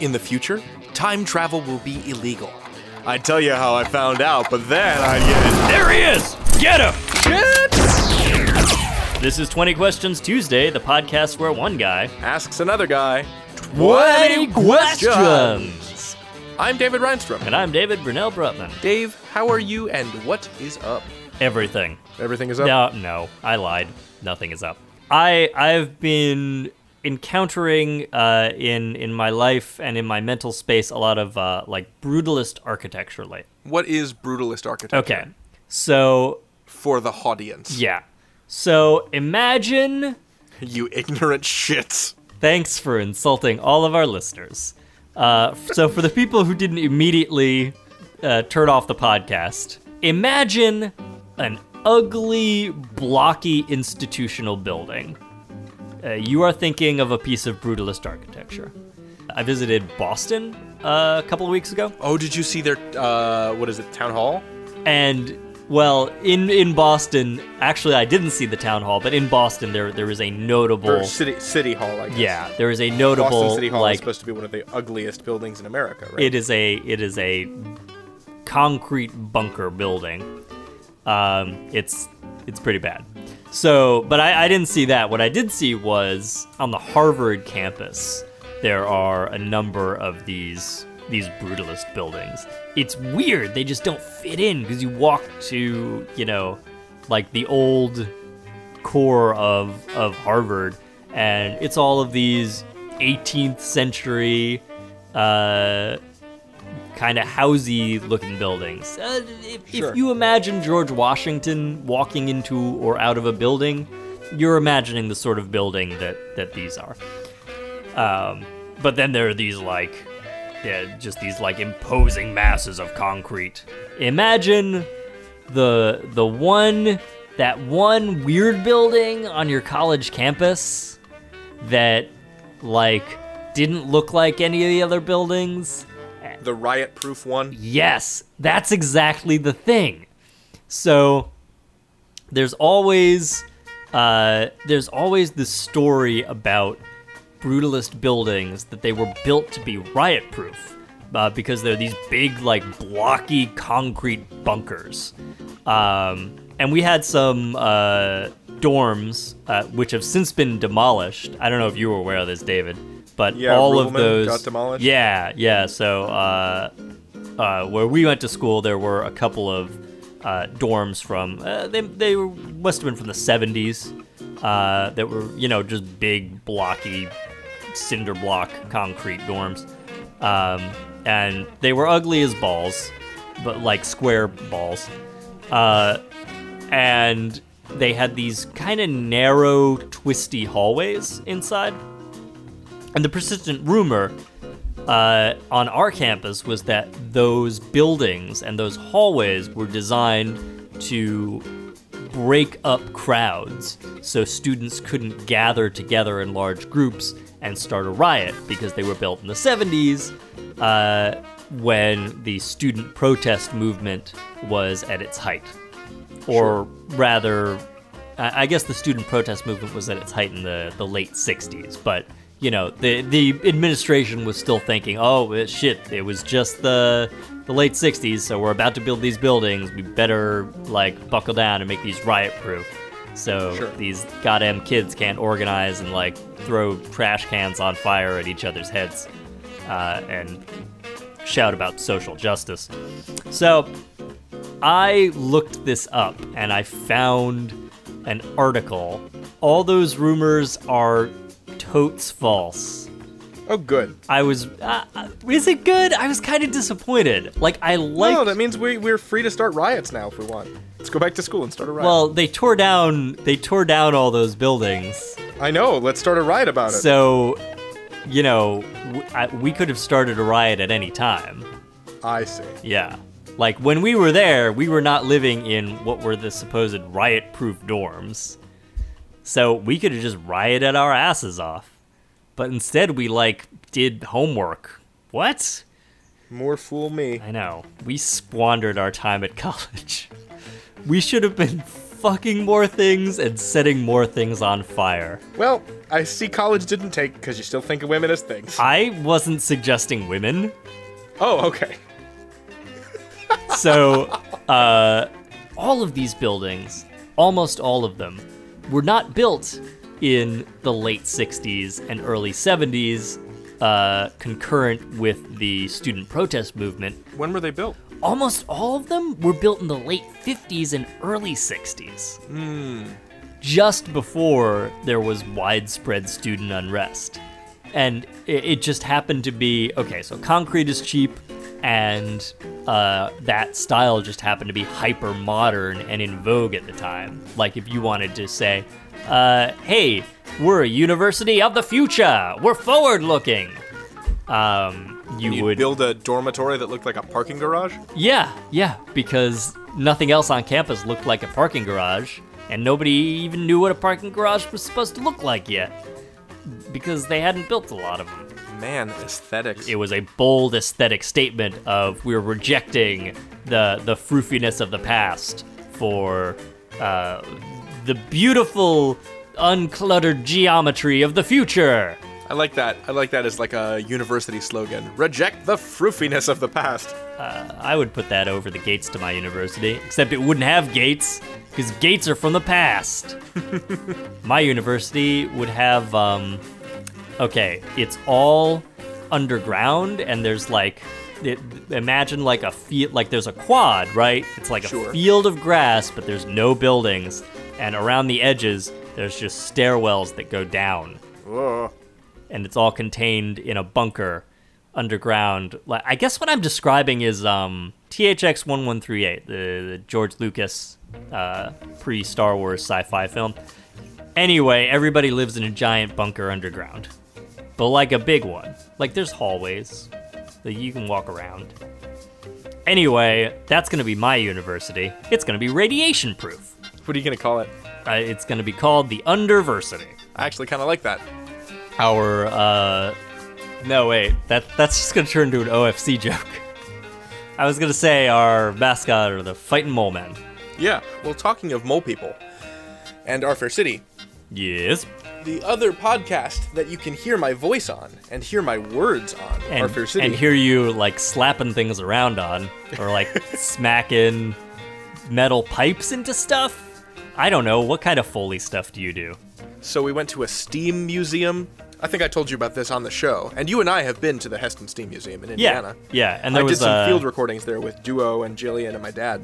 In the future, time travel will be illegal. I'd tell you how I found out, but then I'd get it. There he is! Get him! This is 20 Questions Tuesday, the podcast where one guy. Asks another guy. I'm David Reinstrom. And I'm David Brunel Brutman. Dave, how are you and what is up? Everything. Everything is up? No, no, I lied. Nothing is up. I I've been encountering uh, in in my life and in my mental space a lot of uh, like brutalist architecture lately. What is brutalist architecture Okay, so for the audience? yeah, so imagine. You ignorant shits. Thanks for insulting all of our listeners. Uh, so, for the people who didn't immediately uh, turn off the podcast, imagine an ugly, blocky institutional building. Uh, you are thinking of a piece of brutalist architecture. I visited Boston uh, a couple of weeks ago, Oh, did you see their, uh, what is it, town hall? and well, in, in Boston, actually, I didn't see the town hall, but in Boston, there there is a Or notable. city, city hall, I guess. Yeah, there is a Boston notable City Hall like is supposed to be one of the ugliest buildings in America, right? It is a it is a concrete bunker building. Um, it's it's pretty bad. So, but I, I didn't see that. What I did see was on the Harvard campus, there are a number of these these brutalist buildings. It's weird; they just don't fit in because you walk to you know, like the old core of of Harvard, and it's all of these 18th century uh, kind of housey looking buildings. Uh, if, Sure. if you imagine George Washington walking into or out of a building, you're imagining the sort of building that that these are. Um, but then there are these like, yeah, just these like imposing masses of concrete. Imagine the the one that one weird building on your college campus that like didn't look like any of the other buildings. the riot proof one? Yes, that's exactly the thing. So there's always uh, there's always this story about brutalist buildings that they were built to be riot proof uh, because they're these big like blocky concrete bunkers. Um, and we had some uh, dorms uh, which have since been demolished. I don't know if you were aware of this, David, but Yeah, all of Ruhlman those got demolished? Yeah, yeah. So uh, uh, where we went to school, there were a couple of uh, dorms from uh, they they were- must have been from the 70s uh, that were you know just big blocky cinder block concrete dorms, um, and they were ugly as balls, but like square balls, uh, and they had these kind of narrow, twisty hallways inside. And the persistent rumor uh, on our campus was that those buildings and those hallways were designed to break up crowds so students couldn't gather together in large groups and start a riot because they were built in the 70s uh, when the student protest movement was at its height. Or rather, I I guess the student protest movement was at its height in the, the late 60s, but you know, the the administration was still thinking, "Oh, eh, shit, it was just the the late 60s, so we're about to build these buildings. We better like buckle down and make these riot proof." So Sure. these goddamn kids can't organize and like throw trash cans on fire at each other's heads uh, and shout about social justice. So I looked this up and I found an article. All those rumors are totes false. Oh, good. I was. Uh, uh, is it good? I was kind of disappointed. Like, I liked. no, that means we, we're free to start riots now if we want. Let's go back to school and start a riot. well, they tore down. They tore down all those buildings. I know. Let's start a riot about it. So, you know, w I we could have started a riot at any time. I see. Yeah. Like when we were there, we were not living in what were the supposed riot proof dorms. So we could have just rioted our asses off. But instead we like did homework. What? More fool me. I know. We squandered our time at college. We should have been fucking more things and setting more things on fire. Well, I see college didn't take because you still think of women as things. I wasn't suggesting women, oh, okay. so uh, all of these buildings, almost all of them, were not built in the late 60s and early 70s, uh, concurrent with the student protest movement. When were they built? Almost all of them were built in the late 50s and early 60s, just before there was widespread student unrest. And it, it just happened to be okay, so concrete is cheap, and uh, that style just happened to be hyper modern and in vogue at the time. Like, if you wanted to say, uh, hey, we're a university of the future, we're forward looking. Um, you You would build a dormitory that looked like a parking garage? yeah, yeah, because nothing else on campus looked like a parking garage, and nobody even knew what a parking garage was supposed to look like yet, because they hadn't built a lot of them. Man, aesthetics. It was a bold aesthetic statement of we're rejecting the the froofiness of the past for uh, the beautiful, uncluttered geometry of the future. I like that. I like that as like a university slogan. Reject the froofiness of the past. Uh, I would put that over the gates to my university, except it wouldn't have gates, because gates are from the past. my university would have, um, okay, it's all underground, and there's like, it, imagine like a field, like there's a quad, right? It's like Sure. a field of grass, but there's no buildings, and around the edges, there's just stairwells that go down and it's all contained in a bunker underground. Like I guess what I'm describing is um, THX 1138, the, the George Lucas uh, pre Star Wars sci fi film. Anyway, everybody lives in a giant bunker underground, but like a big one. Like there's hallways that you can walk around. Anyway, that's gonna be my university. It's gonna be radiation proof. What are you gonna call it? Uh, it's gonna be called the Underversity. I actually kind of like that. our uh no wait that that's just gonna turn into an ofc joke i was gonna say our mascot are the fighting mole men Yeah. Well, talking of mole people and our fair city, yes the other podcast that you can hear my voice on and hear my words on, and, our fair city. and hear you like slapping things around on or like smacking metal pipes into stuff i don't know what kind of foley stuff do you do So we went to a steam museum. I think I told you about this on the show, and you and I have been to the Heston Steam Museum in yeah Indiana. yeah and there I was did some uh, field recordings there with Duo and Jillian and my dad.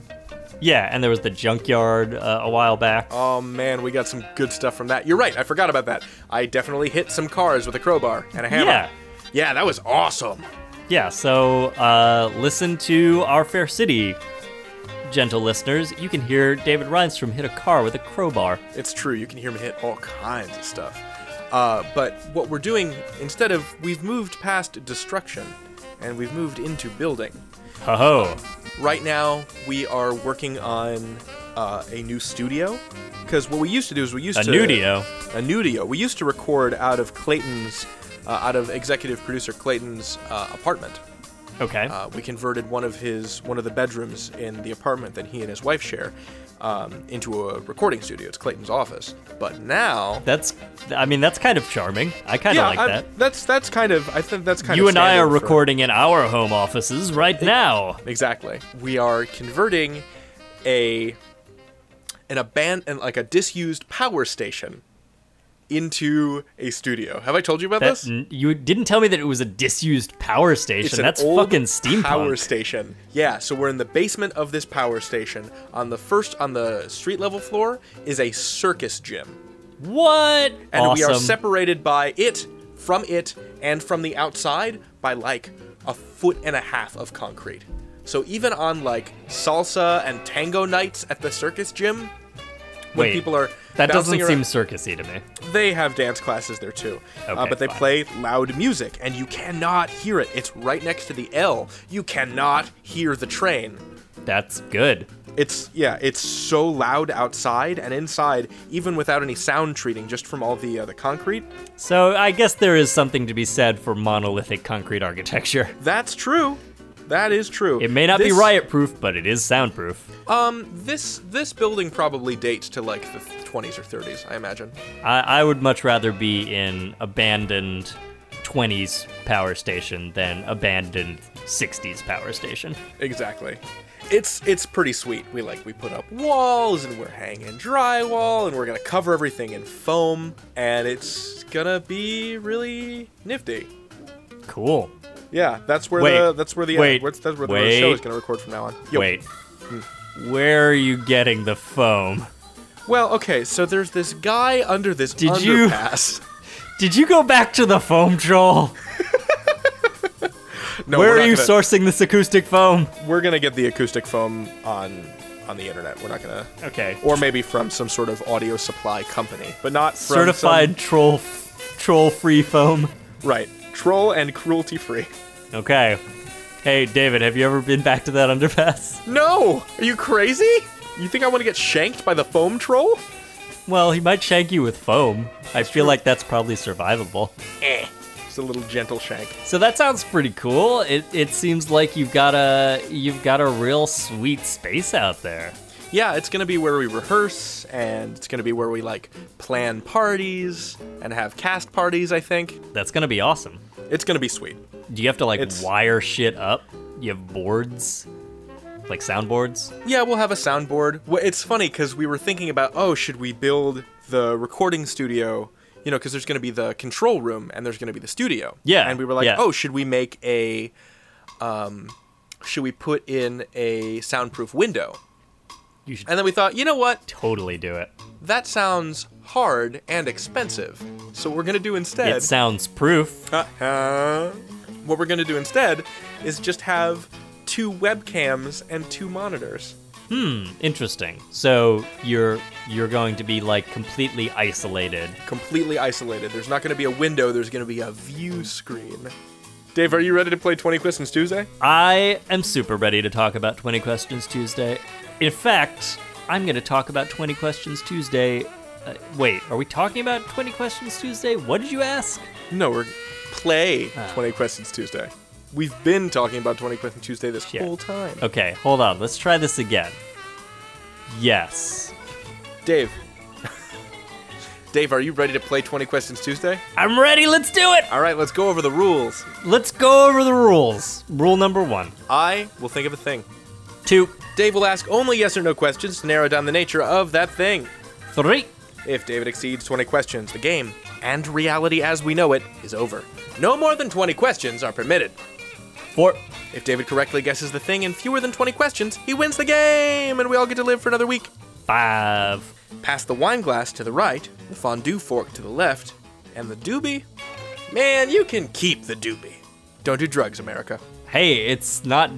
yeah and there was the junkyard uh, a while back Oh man, we got some good stuff from that. You're right, I forgot about that. I definitely hit some cars with a crowbar and a hammer. Yeah. Yeah, that was awesome. Yeah, so uh, listen to Our Fair City, gentle listeners. You can hear David Reinstrom hit a car with a crowbar. It's true. You can hear me hit all kinds of stuff. Uh, but what we're doing instead of we've moved past destruction, and we've moved into building. Ho ho. Right now, we are working on uh, a new studio. Because what we used to do is we used A to nudio. a nudio. We used to record out of Clayton's, uh, out of executive producer Clayton's uh, apartment. Okay. Uh, we converted one of his one of the bedrooms in the apartment that he and his wife share um, into a recording studio. It's Clayton's office, but now that's, I mean, that's kind of charming. I kind of like I- that. That's that's kind of I think that's kind of You and I are standard for- recording in our home offices right now. exactly. We are converting a an abandoned like a disused power station into a studio. Have I told you about That, this? n- you didn't tell me that it was a disused power station. It's an that's old fucking steampunk. Power station. Yeah, so we're in the basement of this power station. On the first, on the street level floor, is a circus gym, what? and we are Awesome. separated by it from it and from the outside by like a foot and a half of concrete. So even on like salsa and tango nights at the circus gym, when Wait, people are That bouncing doesn't around- seem circusy to me. they have dance classes there too. uh, Okay, but they fine. play loud music and you cannot hear it. It's right next to the L. You cannot hear the train. That's good. It's yeah, it's so loud outside and inside even without any sound treating just from all the uh, the concrete. So I guess there is something to be said for monolithic concrete architecture. That's true. That is true. It may not be This- riot proof, but it is soundproof. Um, this this building probably dates to like the 20s or 30s, I imagine. I, I would much rather be in abandoned 20s power station than abandoned 60s power station. Exactly. It's it's pretty sweet. We like we put up walls and we're hanging drywall and we're gonna cover everything in foam and it's gonna be really nifty. Cool. Yeah, that's where Wait, the that's where the uh, wait, what's- that's where the show wait. is gonna record from now on. Yo. Wait. Where are you getting the foam? Well, okay, so there's this guy under this Did you- underpass. Did you go back to the foam troll? No, Where we're are not you gonna- sourcing this acoustic foam? We're gonna get the acoustic foam on on the internet. We're not gonna, Okay. or maybe from some sort of audio supply company, but not from some- Certified troll f- troll free foam. right, troll and cruelty free. Okay. Hey David, have you ever been back to that underpass? No! Are you crazy? You think I want to get shanked by the foam troll? Well, he might shank you with foam. I feel like that's probably survivable. It's Eh. a little gentle shank. So that sounds pretty cool. It, it seems like you've got a you've got a real sweet space out there. Yeah, it's gonna be where we rehearse, and it's gonna be where we like plan parties and have cast parties. I think That's gonna be awesome. it's gonna be sweet. Do you have to like It's- wire shit up? You have boards, like soundboards. Yeah, we'll have a soundboard. Wh- It's funny because we were thinking about, oh, should we build the recording studio? You know, because there's going to be the control room and there's going to be the studio. Yeah, And we were like, yeah. oh, should we make a, um, should we put in a soundproof window? You should And then we thought, you know what? totally do it. That sounds hard and expensive. So what we're going to do instead. It sounds proof. Uh-huh. What we're going to do instead is just have two webcams and two monitors. Interesting. So you're you're going to be like completely isolated. completely isolated. There's not going to be a window. There's going to be a view screen. Dave, are you ready to play 20 Questions Tuesday? I am super ready to talk about 20 Questions Tuesday. In fact, I'm going to talk about 20 Questions Tuesday. Uh, wait, are we talking about 20 Questions Tuesday? What did you ask? No, we're play 20 Questions Tuesday. We've been talking about 20 Questions Tuesday this Yeah. whole time. Okay, hold on. Let's try this again. Yes. Dave. Dave, are you ready to play 20 Questions Tuesday? I'm ready. Let's do it. All right, let's go over the rules. Let's go over the rules. Rule number one I will think of a thing. two, Dave will ask only yes or no questions to narrow down the nature of that thing. three. If David exceeds 20 questions, the game, and reality as we know it, is over. No more than 20 questions are permitted. Four. If David correctly guesses the thing in fewer than 20 questions, he wins the game and we all get to live for another week. Five. Pass the wine glass to the right, the fondue fork to the left, and the doobie. Man, you can keep the doobie. Don't do drugs, America. Hey, it's not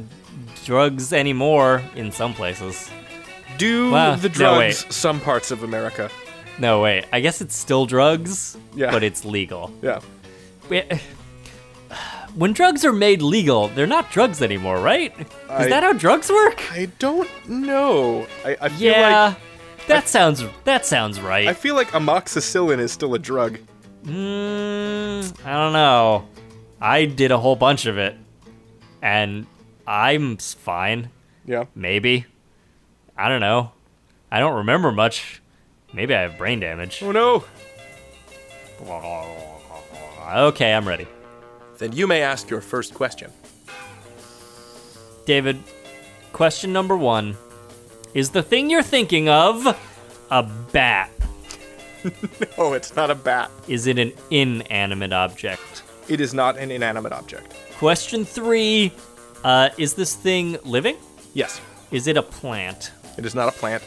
drugs anymore in some places. Do Wow, the no, drugs, wait. some parts of America. No, wait. I guess it's still drugs, Yeah. but it's legal. Yeah. Wait, When drugs are made legal, they're not drugs anymore, right? I- Is that how drugs work? I don't know. I, I feel yeah. like that sounds that sounds right. I feel like amoxicillin is still a drug. Mm, I don't know. I did a whole bunch of it, and I'm s- fine. Yeah. Maybe. I don't know. I don't remember much. Maybe I have brain damage. Oh no. Okay, I'm ready. Then you may ask your first question. David, question number one Is the thing you're thinking of a bat? Oh, it's not a bat. Is it an inanimate object? It is not an inanimate object. Question three uh, Is this thing living? Yes. Is it a plant? It is not a plant.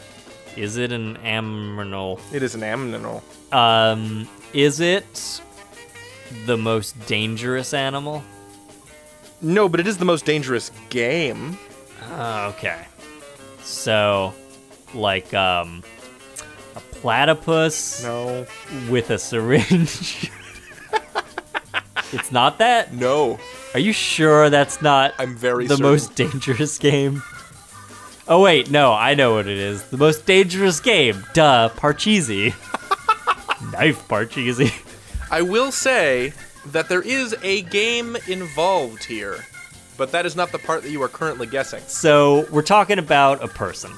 Is it an aminal? It is an aminal. Um, is it the most dangerous animal? No, but it is the most dangerous game. Ah, Okay. So, like, um, a platypus No. with a syringe. it's not that? No. Are you sure that's not I'm very the certain. most dangerous game? Oh wait, no, I know what it is. The most dangerous game. Duh, Parcheesi. Knife Parcheesi. I will say that there is a game involved here. But that is not the part that you are currently guessing. So we're talking about a person.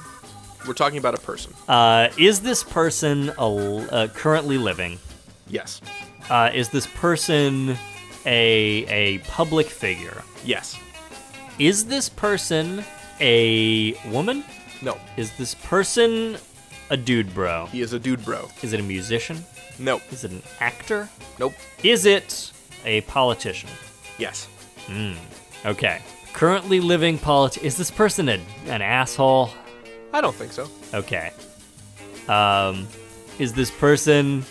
We're talking about a person. Uh, is this person al- uh, currently living? Yes. Uh, is this person a a public figure? Yes. Is this person a woman? No. Is this person a dude, bro? He is a dude, bro. Is it a musician? No. Is it an actor? Nope. Is it a politician? Yes. Okay. Currently living polit. Is this person a, an asshole? I don't think so. Okay. Um, is this person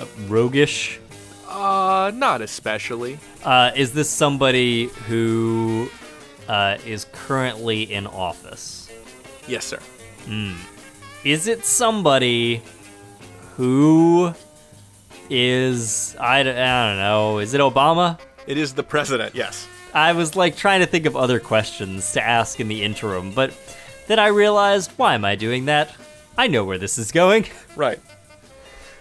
uh, roguish? Uh, not especially. Uh, is this somebody who uh, is currently in office? Yes, sir. Is it somebody who is I, d- I don't know? Is it Obama? It is the president. Yes. I was like trying to think of other questions to ask in the interim, but then I realized why am I doing that? I know where this is going. Right.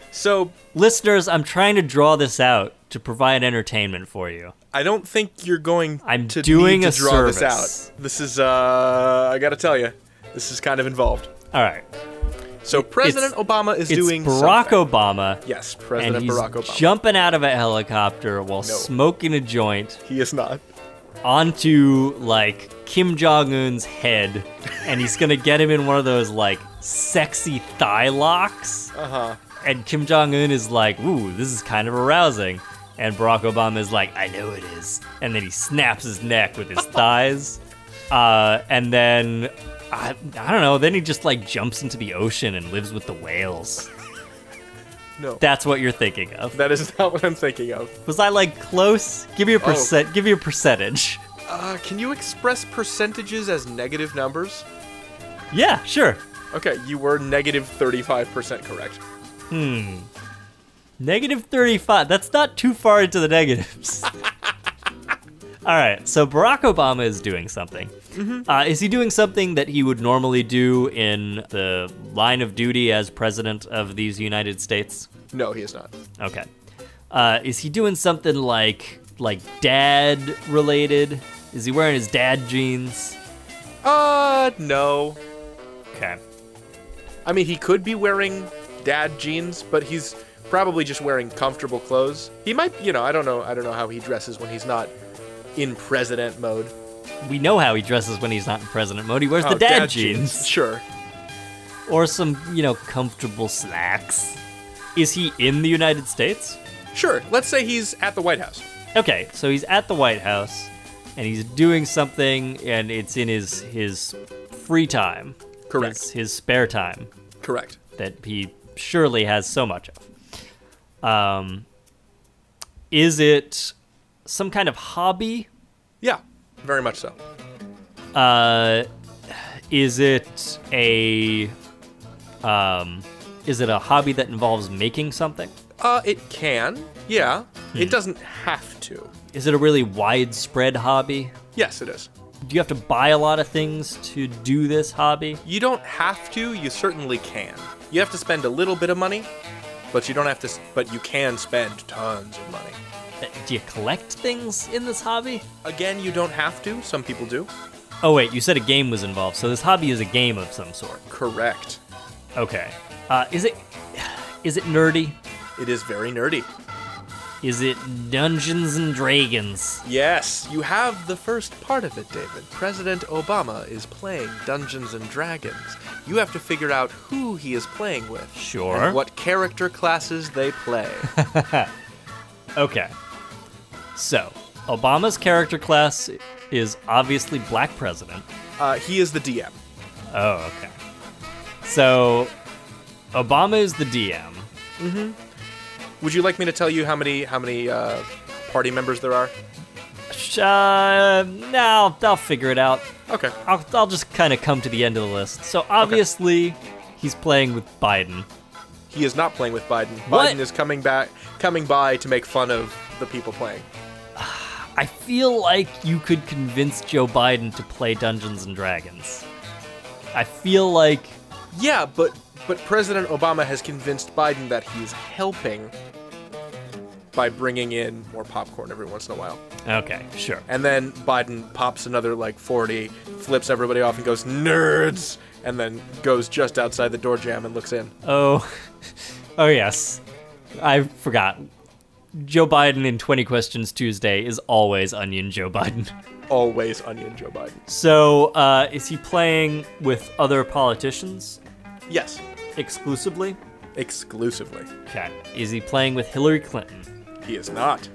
So Listeners, I'm trying to draw this out to provide entertainment for you. I don't think you're going. I'm to doing need to a draw this service. out. This is. Uh, I gotta tell you, this is kind of involved. All right. So President Obama is It's doing Barack something. Obama Yes, and President he's Barack Obama. jumping out of a helicopter while smoking a joint he is not. onto like Kim Jong Un's head, and he's gonna get him in one of those like sexy thigh locks. Uh huh. And Kim Jong Un is like, "Ooh, this is kind of arousing." And Barack Obama is like, "I know it is." And then he snaps his neck with his thighs. Uh, and then I, I don't know. Then he just like jumps into the ocean and lives with the whales. No. That's what you're thinking of. that is not what I'm thinking of. Was I like close? Give me a percent. Give me a percentage. Uh, can you express percentages as negative numbers? Yeah, sure. Okay, you were negative 35% correct. Negative 35. That's not too far into the negatives. All right, so Barack Obama is doing something. Uh, is he doing something that he would normally do in the line of duty as president of these United States? No, he is not. Okay. Uh, is he doing something like like dad related? Is he wearing his dad jeans? Uh, no. Okay. I mean, he could be wearing dad jeans, but he's probably just wearing comfortable clothes. He might, you know, I don't know, I don't know how he dresses when he's not in president mode. We know how he dresses when he's not in president mode. He wears Oh, the dad, jeans. Sure. or some, you know, comfortable slacks. Is he in the United States? Sure. Let's say he's at the White House. Okay, so he's at the White House and he's doing something and it's in his his free time. Correct. His, his spare time Correct. that he surely has so much of. Um is it some kind of hobby? Yeah, very much so. Uh is it a um is it a hobby that involves making something? Uh, it can. Yeah. Hmm. It doesn't have to. Is it a really widespread hobby? Yes, it is. Do you have to buy a lot of things to do this hobby? You don't have to, you certainly can. You have to spend a little bit of money, but you don't have to s- but you can spend tons of money. Uh, Do you collect things in this hobby? Again, you don't have to. Some people do. Oh, wait, you said a game was involved, so this hobby is a game of some sort. Correct. Okay. Uh, is it. Is it nerdy? It is very nerdy. Is it Dungeons and Dragons? Yes, you have the first part of it, David. President Obama is playing Dungeons and Dragons. You have to figure out who he is playing with. Sure. And what character classes they play. Okay. So, Obama's character class is obviously black president. uh, he is the DM. Oh, okay. So, Obama is the DM. Would you like me to tell you how many how many uh, party members there are? Sh- Uh, no, I'll- I'll figure it out. Okay. I'll, I'll just kind of come to the end of the list. So obviously, he's playing with Biden. He is not playing with Biden. What? Biden is coming back, coming by to make fun of the people playing. I feel like you could convince Joe Biden to play Dungeons and Dragons. I feel like Yeah, but but President Obama has convinced Biden that he's helping. by bringing in more popcorn every once in a while. Okay, sure. And then Biden pops another like 40, flips everybody off and goes, nerds! And then goes just outside the door jam and looks in. Oh, oh yes, I forgot. Joe Biden in 20 Questions Tuesday is always Onion Joe Biden. Always onion Joe Biden. So, uh, is he playing with other politicians Yes. exclusively? Exclusively. Okay. Is he playing with Hillary Clinton? He is not.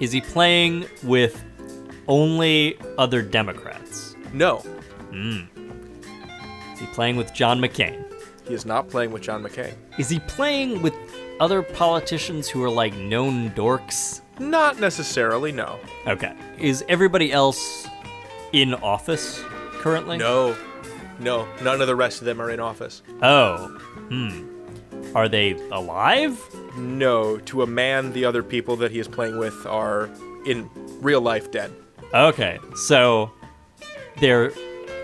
Is he playing with only other Democrats? No. Is he playing with John McCain? He is not playing with John McCain. Is he playing with other politicians who are like known dorks? Not necessarily, no. Okay. Is everybody else in office currently? No. No. None of the rest of them are in office. Oh. Hmm. Are they alive? No. To a man, the other people that he is playing with are in real life dead. Okay. So they're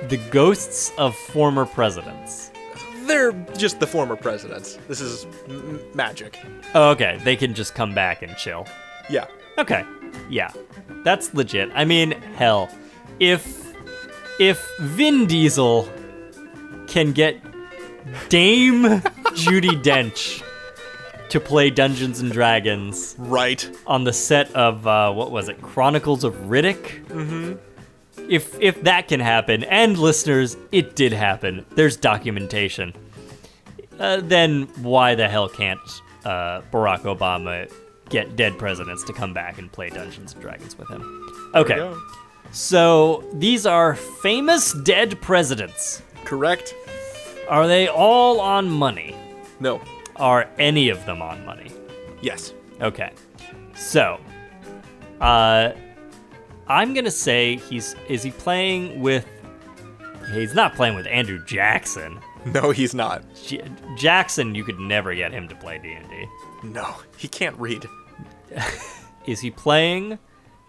the ghosts of former presidents. They're just the former presidents. This is m- magic. Okay, they can just come back and chill. Yeah. Okay. Yeah. That's legit. I mean, hell. If if Vin Diesel can get Dame Judy Dench to play Dungeons and Dragons Right. on the set of uh, what was it, Chronicles of Riddick. Mm-hmm. If if that can happen, and listeners, it did happen. There's documentation. Uh, then why the hell can't uh, Barack Obama get dead presidents to come back and play Dungeons and Dragons with him? Okay, No. so these are famous dead presidents. Correct. Are they all on money? No. Are any of them on money? Yes. Okay. So, uh, I'm gonna say he's is he playing with? He's not playing with Andrew Jackson. No, he's not. J- Jackson, you could never get him to play D and D. No. He can't read. Is he playing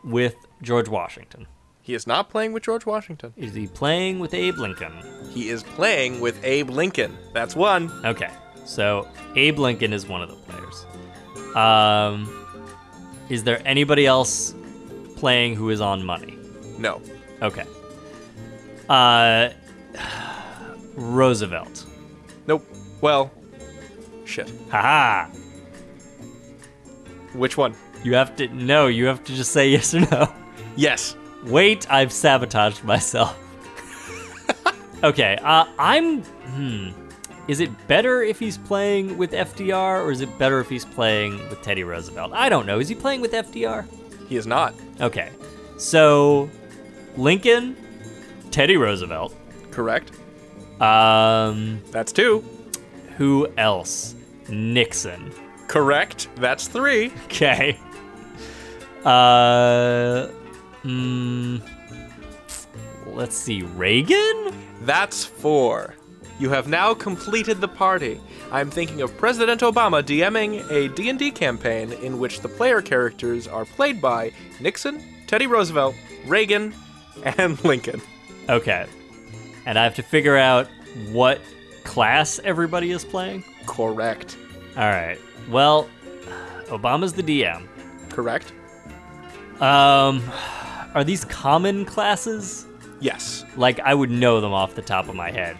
with George Washington? He is not playing with George Washington. Is he playing with Abe Lincoln? He is playing with Abe Lincoln. That's one. Okay, so Abe Lincoln is one of the players. Um, is there anybody else playing who is on money? No. Okay. Uh, Roosevelt. Nope. Well, shit. Haha. Which one? You have to no. You have to just say yes or no. Yes. Wait, I've sabotaged myself. okay. Uh, I'm. Hmm. Is it better if he's playing with FDR or is it better if he's playing with Teddy Roosevelt? I don't know. Is he playing with FDR? He is not. Okay. So, Lincoln, Teddy Roosevelt. Correct. Um, That's two. who else? Nixon. Correct. That's three. Okay. Uh, mm, let's see. Reagan? That's four. You have now completed the party. I'm thinking of President Obama DMing a D&D campaign in which the player characters are played by Nixon, Teddy Roosevelt, Reagan, and Lincoln. Okay. And I have to figure out what class everybody is playing. Correct. All right. Well, Obama's the DM. Correct? Um, are these common classes? Yes. Like I would know them off the top of my head.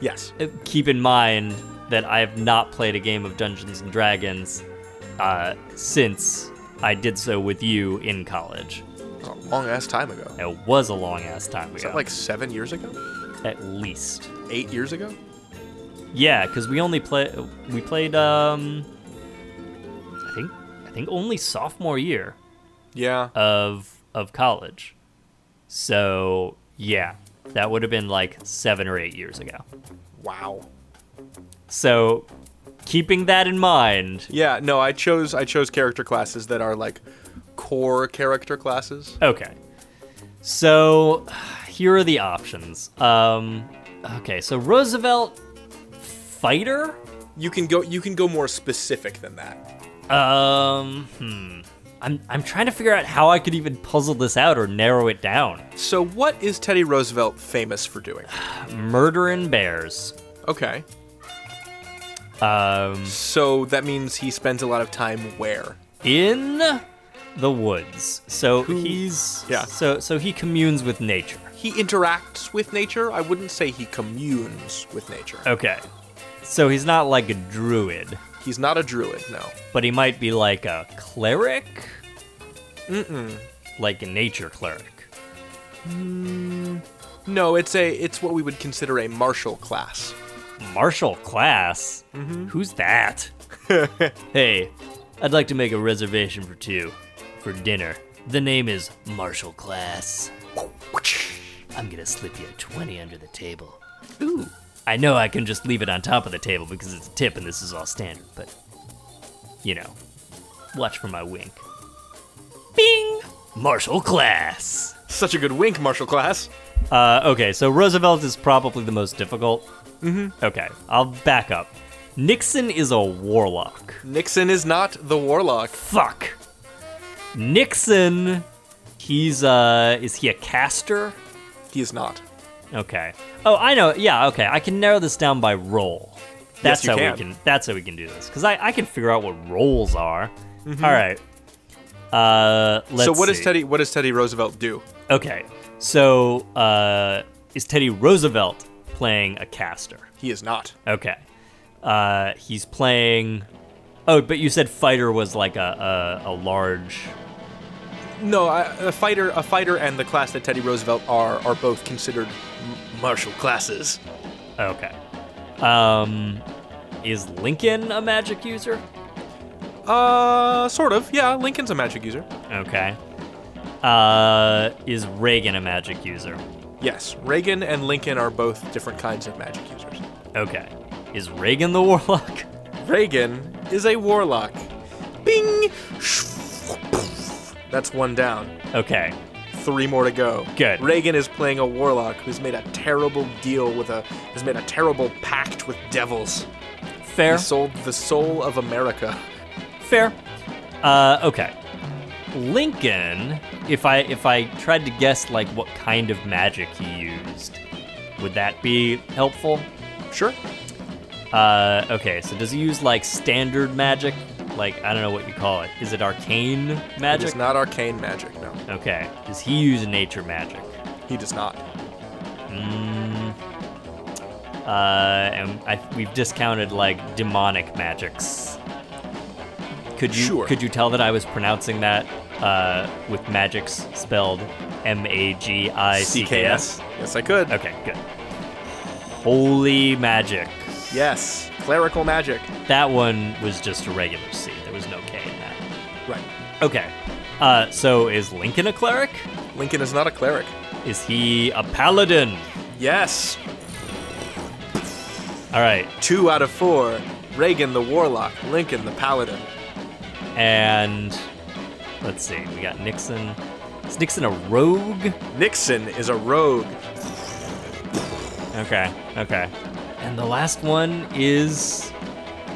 Yes. Uh, keep in mind that I have not played a game of Dungeons and Dragons uh, since I did so with you in college. That was a Oh, long ass time ago. It was a long ass time Is ago. that like 7 years ago? at least? 8 years ago? Yeah, because we only play we played um, I think I think only sophomore year Yeah. of of college. So yeah, that would have been like seven or eight years ago. Wow. So keeping that in mind, Yeah, no, I chose I chose character classes that are like core character classes. Okay. So here are the options. Um, okay, so Roosevelt fighter? You can go you can go more specific than that. Um, hmm. I'm, I'm trying to figure out how I could even puzzle this out or narrow it down. So what is Teddy Roosevelt famous for doing? Murdering bears. Okay. Um, So that means he spends a lot of time where? in the woods. So he's Yeah. So so he communes with nature. He interacts with nature. I wouldn't say he communes with nature. Okay. So he's not like a druid, He's not a druid, no. but he might be like a cleric. Mm-mm. Like a nature cleric. No, it's a it's what we would consider a martial class. Martial class. Who's that? hey, I'd like to make a reservation for two for dinner. The name is Martial Class. I'm gonna slip you a 20 under the table. Ooh. I know I can just leave it on top of the table because it's a tip and this is all standard, but you know, watch for my wink. Bing! Martial Class. Such a good wink, martial class. Uh, okay, so Roosevelt is probably the most difficult. Mm-hmm. Okay, I'll back up. Nixon is a warlock. Nixon is not the warlock. Fuck. Nixon, he's uh, is he a caster? He is not. Okay. Oh, I know. Yeah. Okay, I can narrow this down by role. That's you how can. we can. That's how we can do this because I I can figure out what roles are. All right. Uh, let's Mm-hmm. so what does see. Teddy what does Teddy Roosevelt do? Okay, so uh, is Teddy Roosevelt playing a caster? He is not. Okay. Uh, he's playing. Oh, but you said fighter was like a a, a large. No, I- a fighter a fighter and the class that Teddy Roosevelt are are both considered m- martial classes. Okay. Um, is Lincoln a magic user? Uh sort of. Yeah, Lincoln's a magic user. Okay. Uh, is Reagan a magic user? Yes, Reagan and Lincoln are both different kinds of magic users. Okay. Is Reagan the warlock? Reagan is a warlock. Bing! That's one down. Okay. Three more to go. Good. Reagan is playing a warlock who's made a terrible deal with a has made a terrible pact with devils. Fair. He sold the soul of America. Fair. Uh, okay. Lincoln, if I if I tried to guess like what kind of magic he used, would that be helpful? Sure. Uh, okay, so does he use like standard magic? Like I don't know what you call it. Is it arcane It magic? is not arcane magic, no. Okay. Does he use nature magic? He does not. Mm. Uh, and I, we've discounted like demonic magics. Could you Sure. could you tell that I was pronouncing that uh, with magics spelled M A G I C K S? Yes, I could. Okay, good. Holy magic! Yes. Clerical magic. That one was just a regular C. There was no K in that. Right. Okay. Uh, so is Lincoln a cleric? Lincoln is not a cleric. Is he a paladin? Yes. All right. Two out of four. Reagan the warlock, Lincoln the paladin. And let's see, we got Nixon. Is Nixon a rogue? Nixon is a rogue. Okay, okay. And the last one is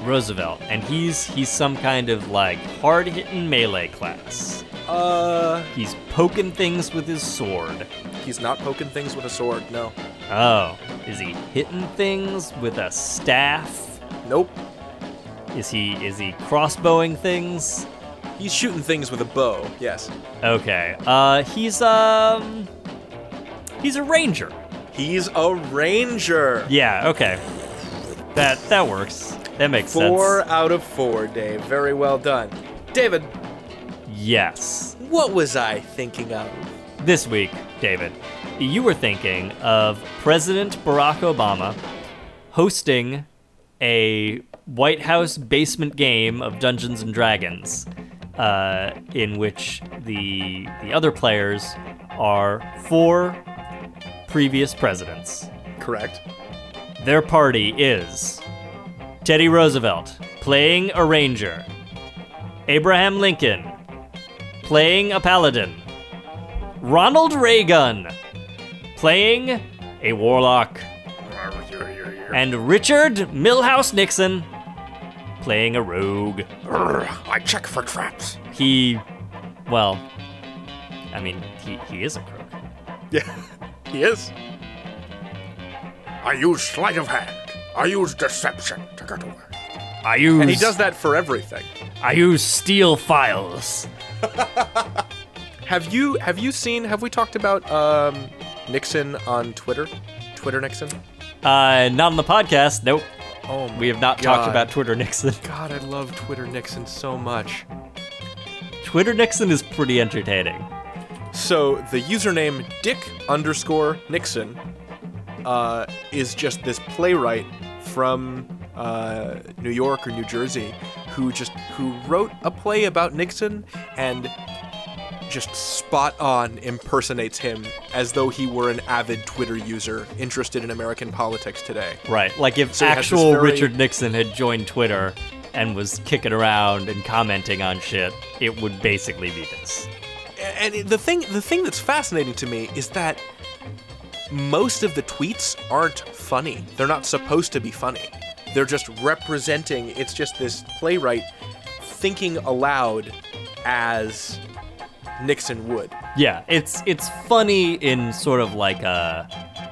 Roosevelt, and he's he's some kind of like hard-hitting melee class. Uh, He's poking things with his sword. he's not poking things with a sword. No. Oh, is he hitting things with a staff? Nope. Is he is he crossbowing things? He's shooting things with a bow. Yes. Okay. Uh he's um he's a ranger. He's a ranger. Yeah, okay. That that works. That makes Four sense. out of four, Dave. Very well done. David, Yes. what was I thinking of? This week, David, you were thinking of President Barack Obama hosting a White House basement game of Dungeons and Dragons, uh, in which the the other players are four previous presidents. Correct. Their party is Teddy Roosevelt playing a ranger, Abraham Lincoln playing a paladin, Ronald Reagan playing a warlock, and Richard Milhouse Nixon playing a rogue. I check for traps. He, well, I mean, he, he is a crook. Yeah. He is. I use sleight of hand. I use deception to get away. I use And he does that for everything. I use steel files. Have you have you seen have we talked about um, Nixon on Twitter? Twitter Nixon? Uh, not on the podcast. Nope. Oh my We have not God. talked about Twitter Nixon. God, I love Twitter Nixon so much. Twitter Nixon is pretty entertaining. So the username Dick underscore Nixon uh, is just this playwright from uh, New York or New Jersey who just who wrote a play about Nixon and just spot on impersonates him as though he were an avid Twitter user interested in American politics today. Right. Like if So it has this actual very- Richard Nixon had joined Twitter and was kicking around and commenting on shit, it would basically be this. and it- the thing the thing that's fascinating to me is that most of the tweets aren't funny. They're not supposed to be funny. They're just representing it's just this playwright thinking aloud as Nixon would. Yeah, it's it's funny in sort of like a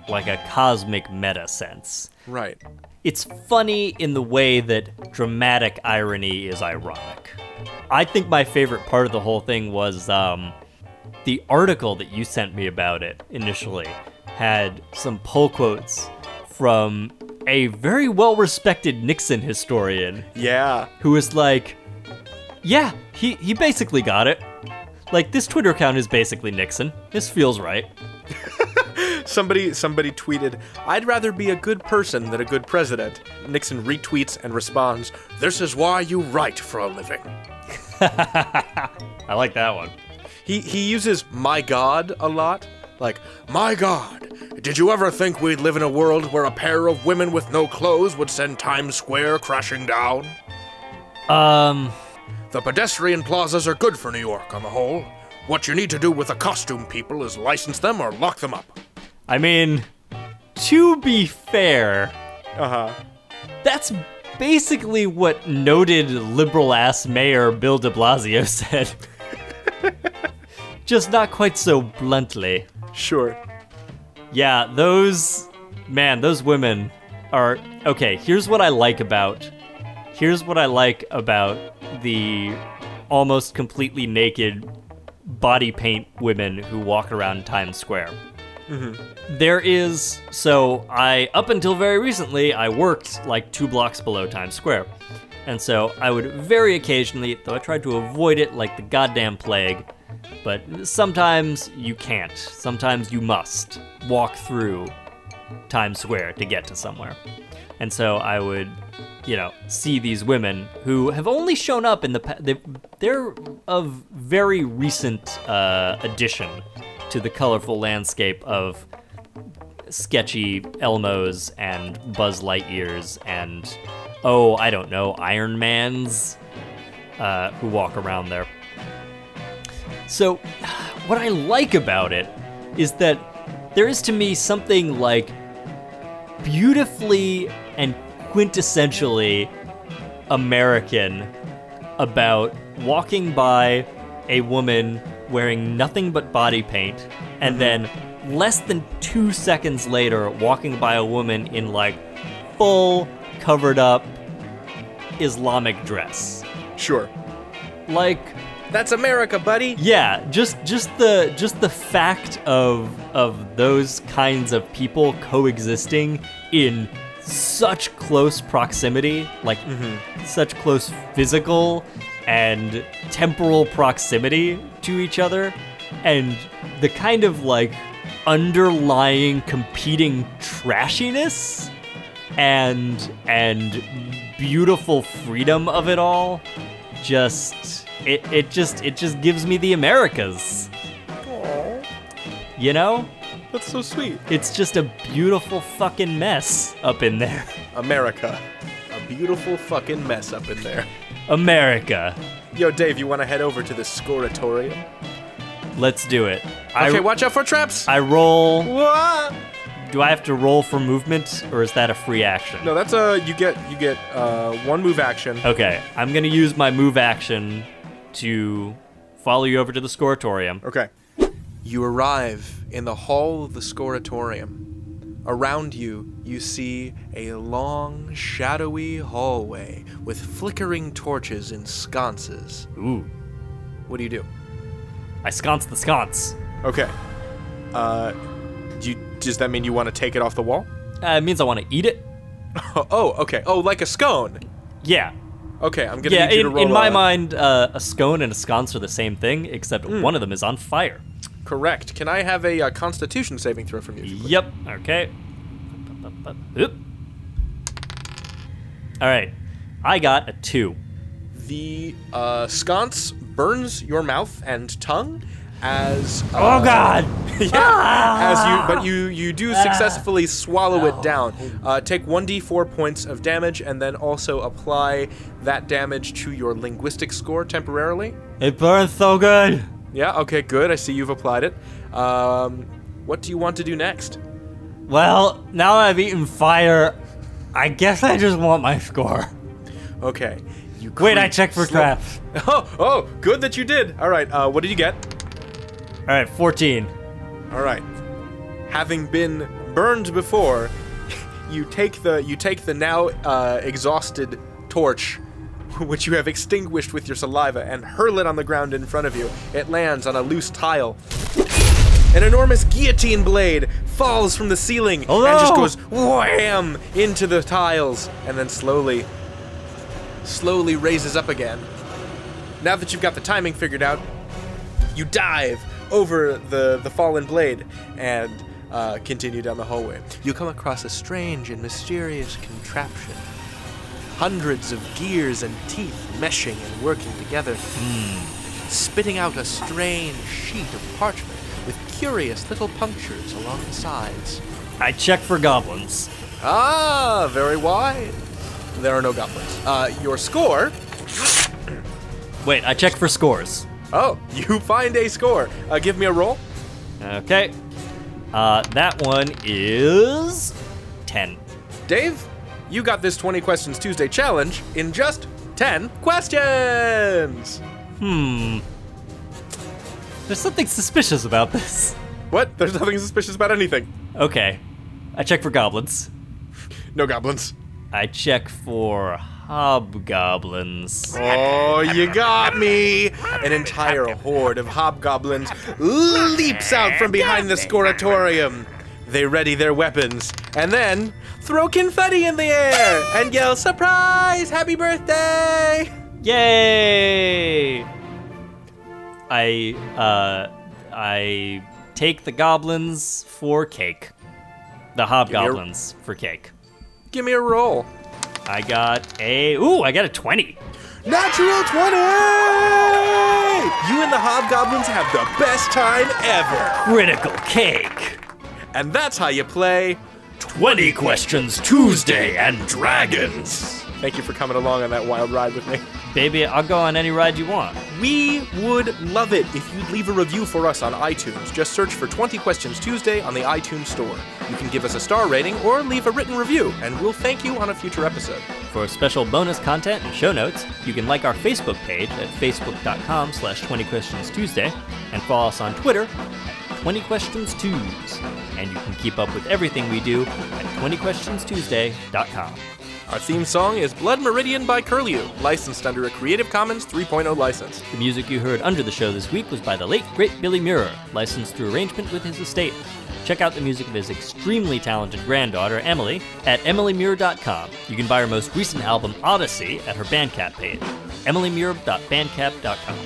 like a cosmic meta sense. Right. It's funny in the way that dramatic irony is ironic. I think my favorite part of the whole thing was um, the article that you sent me about it initially had some poll quotes from a very well respected Nixon historian Yeah. who was like, Yeah, he, he basically got it. Like, this Twitter account is basically Nixon. This feels right. Somebody somebody tweeted, "I'd rather be a good person than a good president." Nixon retweets and responds, "This is why you write for a living." I like that one. He he uses my god a lot. Like, my god, did you ever think we'd live in a world where a pair of women with no clothes would send Times Square crashing down? Um, The pedestrian plazas are good for New York on the whole. What you need to do with the costume people is license them or lock them up. I mean, to be fair, Uh huh. that's basically what noted liberal ass mayor Bill de Blasio said. Just not quite so bluntly. Sure. Yeah, those man, those women are okay. Here's what I like about here's what I like about the almost completely naked body paint women who walk around Times Square. There is so I up until very recently I worked like two blocks below Times Square. And so I would very occasionally, though I tried to avoid it like the goddamn plague, but sometimes you can't. Sometimes you must walk through Times Square to get to somewhere. And so I would, you know, see these women who have only shown up in the pa- they- they're of very recent uh, addition to the colorful landscape of sketchy Elmos and Buzz Lightyears and oh I don't know Iron Mans uh, who walk around there. So, what I like about it is that there is to me something like beautifully and quintessentially American about walking by a woman wearing nothing but body paint and then less than two seconds later walking by a woman in like full covered up Islamic dress. Sure. Like, That's America, buddy. yeah, just just the just the fact of of those kinds of people coexisting in such close proximity, like such close physical and temporal proximity to each other, and the kind of like underlying competing trashiness and and beautiful freedom of it all just it, it just it just gives me the americas you know That's so sweet. it's just a beautiful fucking mess up in there America. A beautiful fucking mess up in there. america Yo, Dave, you want to head over to the scoratorium? let's do it I, Okay, watch out for traps. I roll What? do i have to roll for movement or is that a free action No, that's a you get you get uh, one move action. okay i'm gonna use my move action to follow you over to the scoratorium Okay. You arrive in the hall of the scoratorium, Around you, you see a long, shadowy hallway with flickering torches in sconces. Ooh, What do you do? I sconce the sconce. Okay. Uh, do you, does that mean you want to take it off the wall? Uh, it means I want to eat it. Oh, okay. Oh, like a scone. Yeah. Okay, I'm gonna Yeah, need you to in, roll in my a- mind, uh, a scone and a sconce are the same thing, except Hmm. one of them is on fire. Correct. Can I have a uh, Constitution saving throw from you? Yep. Okay. Bup, bup, bup. Oop. All right. I got a two. The uh, sconce burns your mouth and tongue as. Uh, Oh God! Ah! Ah. As you, but you you do successfully swallow it down. Uh, take 1d4 points of damage and then also apply that damage to your linguistic score temporarily. It burns so good. Yeah. Okay. Good. I see you've applied it. Um, what do you want to do next? Well, now that I've eaten fire, I guess I just want my score. Okay. You Wait, I creep checked for slow- traps. Oh, oh, good that you did. All right. Uh, what did you get? All right, fourteen. All right. Having been burned before, you take the you take the now uh, exhausted torch, which you have extinguished with your saliva, and hurl it on the ground in front of you. It lands on a loose tile. An enormous guillotine blade falls from the ceiling Oh and just no! goes wham into the tiles, and then slowly, slowly raises up again. Now that you've got the timing figured out, you dive over the, the fallen blade and uh, continue down the hallway. You come across a strange and mysterious contraption. Hundreds of gears and teeth meshing and working together, spitting out a strange sheet of parchment with curious little punctures along the sides. I checked for goblins. Ah, very wide. There are no goblins. Uh, your score Wait, I checked for scores. Oh, you find a score. Uh, give me a roll. Okay. Uh, that one is ten. Dave, you got this 20 Questions Tuesday challenge in just 10 questions. Hmm. There's something suspicious about this. What? There's nothing suspicious about anything. Okay. I check for goblins. No goblins. I check for hobgoblins. Oh, you got me! An entire horde of hobgoblins leaps out from behind the scoratorium. They ready their weapons and then throw confetti in the air and yell, Surprise! Happy birthday! Yay! I uh I take the goblins for cake. me The a- hobgoblins for cake. Give me a roll. I got a ooh, I got a 20. Natural 20! You and the hobgoblins have the best time ever. Critical cake. And that's how you play. 20 questions Tuesday and dragons. Thank you for coming along on that wild ride with me. Baby, I'll go on any ride you want. We would love it if you'd leave a review for us on iTunes. Just search for 20 Questions Tuesday on the iTunes Store. You can give us a star rating or leave a written review, and we'll thank you on a future episode. For special bonus content and show notes, you can like our Facebook page at facebook.com slash 20questionstuesday and follow us on Twitter at 20questions2s. And you can keep up with everything we do at 20questionstuesday.com. Our theme song is Blood Meridian by Curlew, licensed under a Creative Commons 3.0 license. The music you heard under the show this week was by the late, great Billy Muir, licensed through arrangement with his estate. Check out the music of his extremely talented granddaughter, Emily, at emilymuir.com. You can buy her most recent album, Odyssey, at her Bandcamp page, emilymuir.bandcamp.com.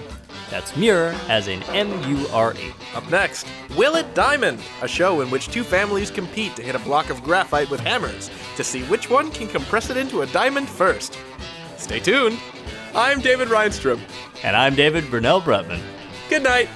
That's Muir as in M U R E. Up next, Will It Diamond, a show in which two families compete to hit a block of graphite with hammers to see which one can compress it into a diamond first. Stay tuned. I'm David Reinstrom. And I'm David Brunell Brutman. Good night.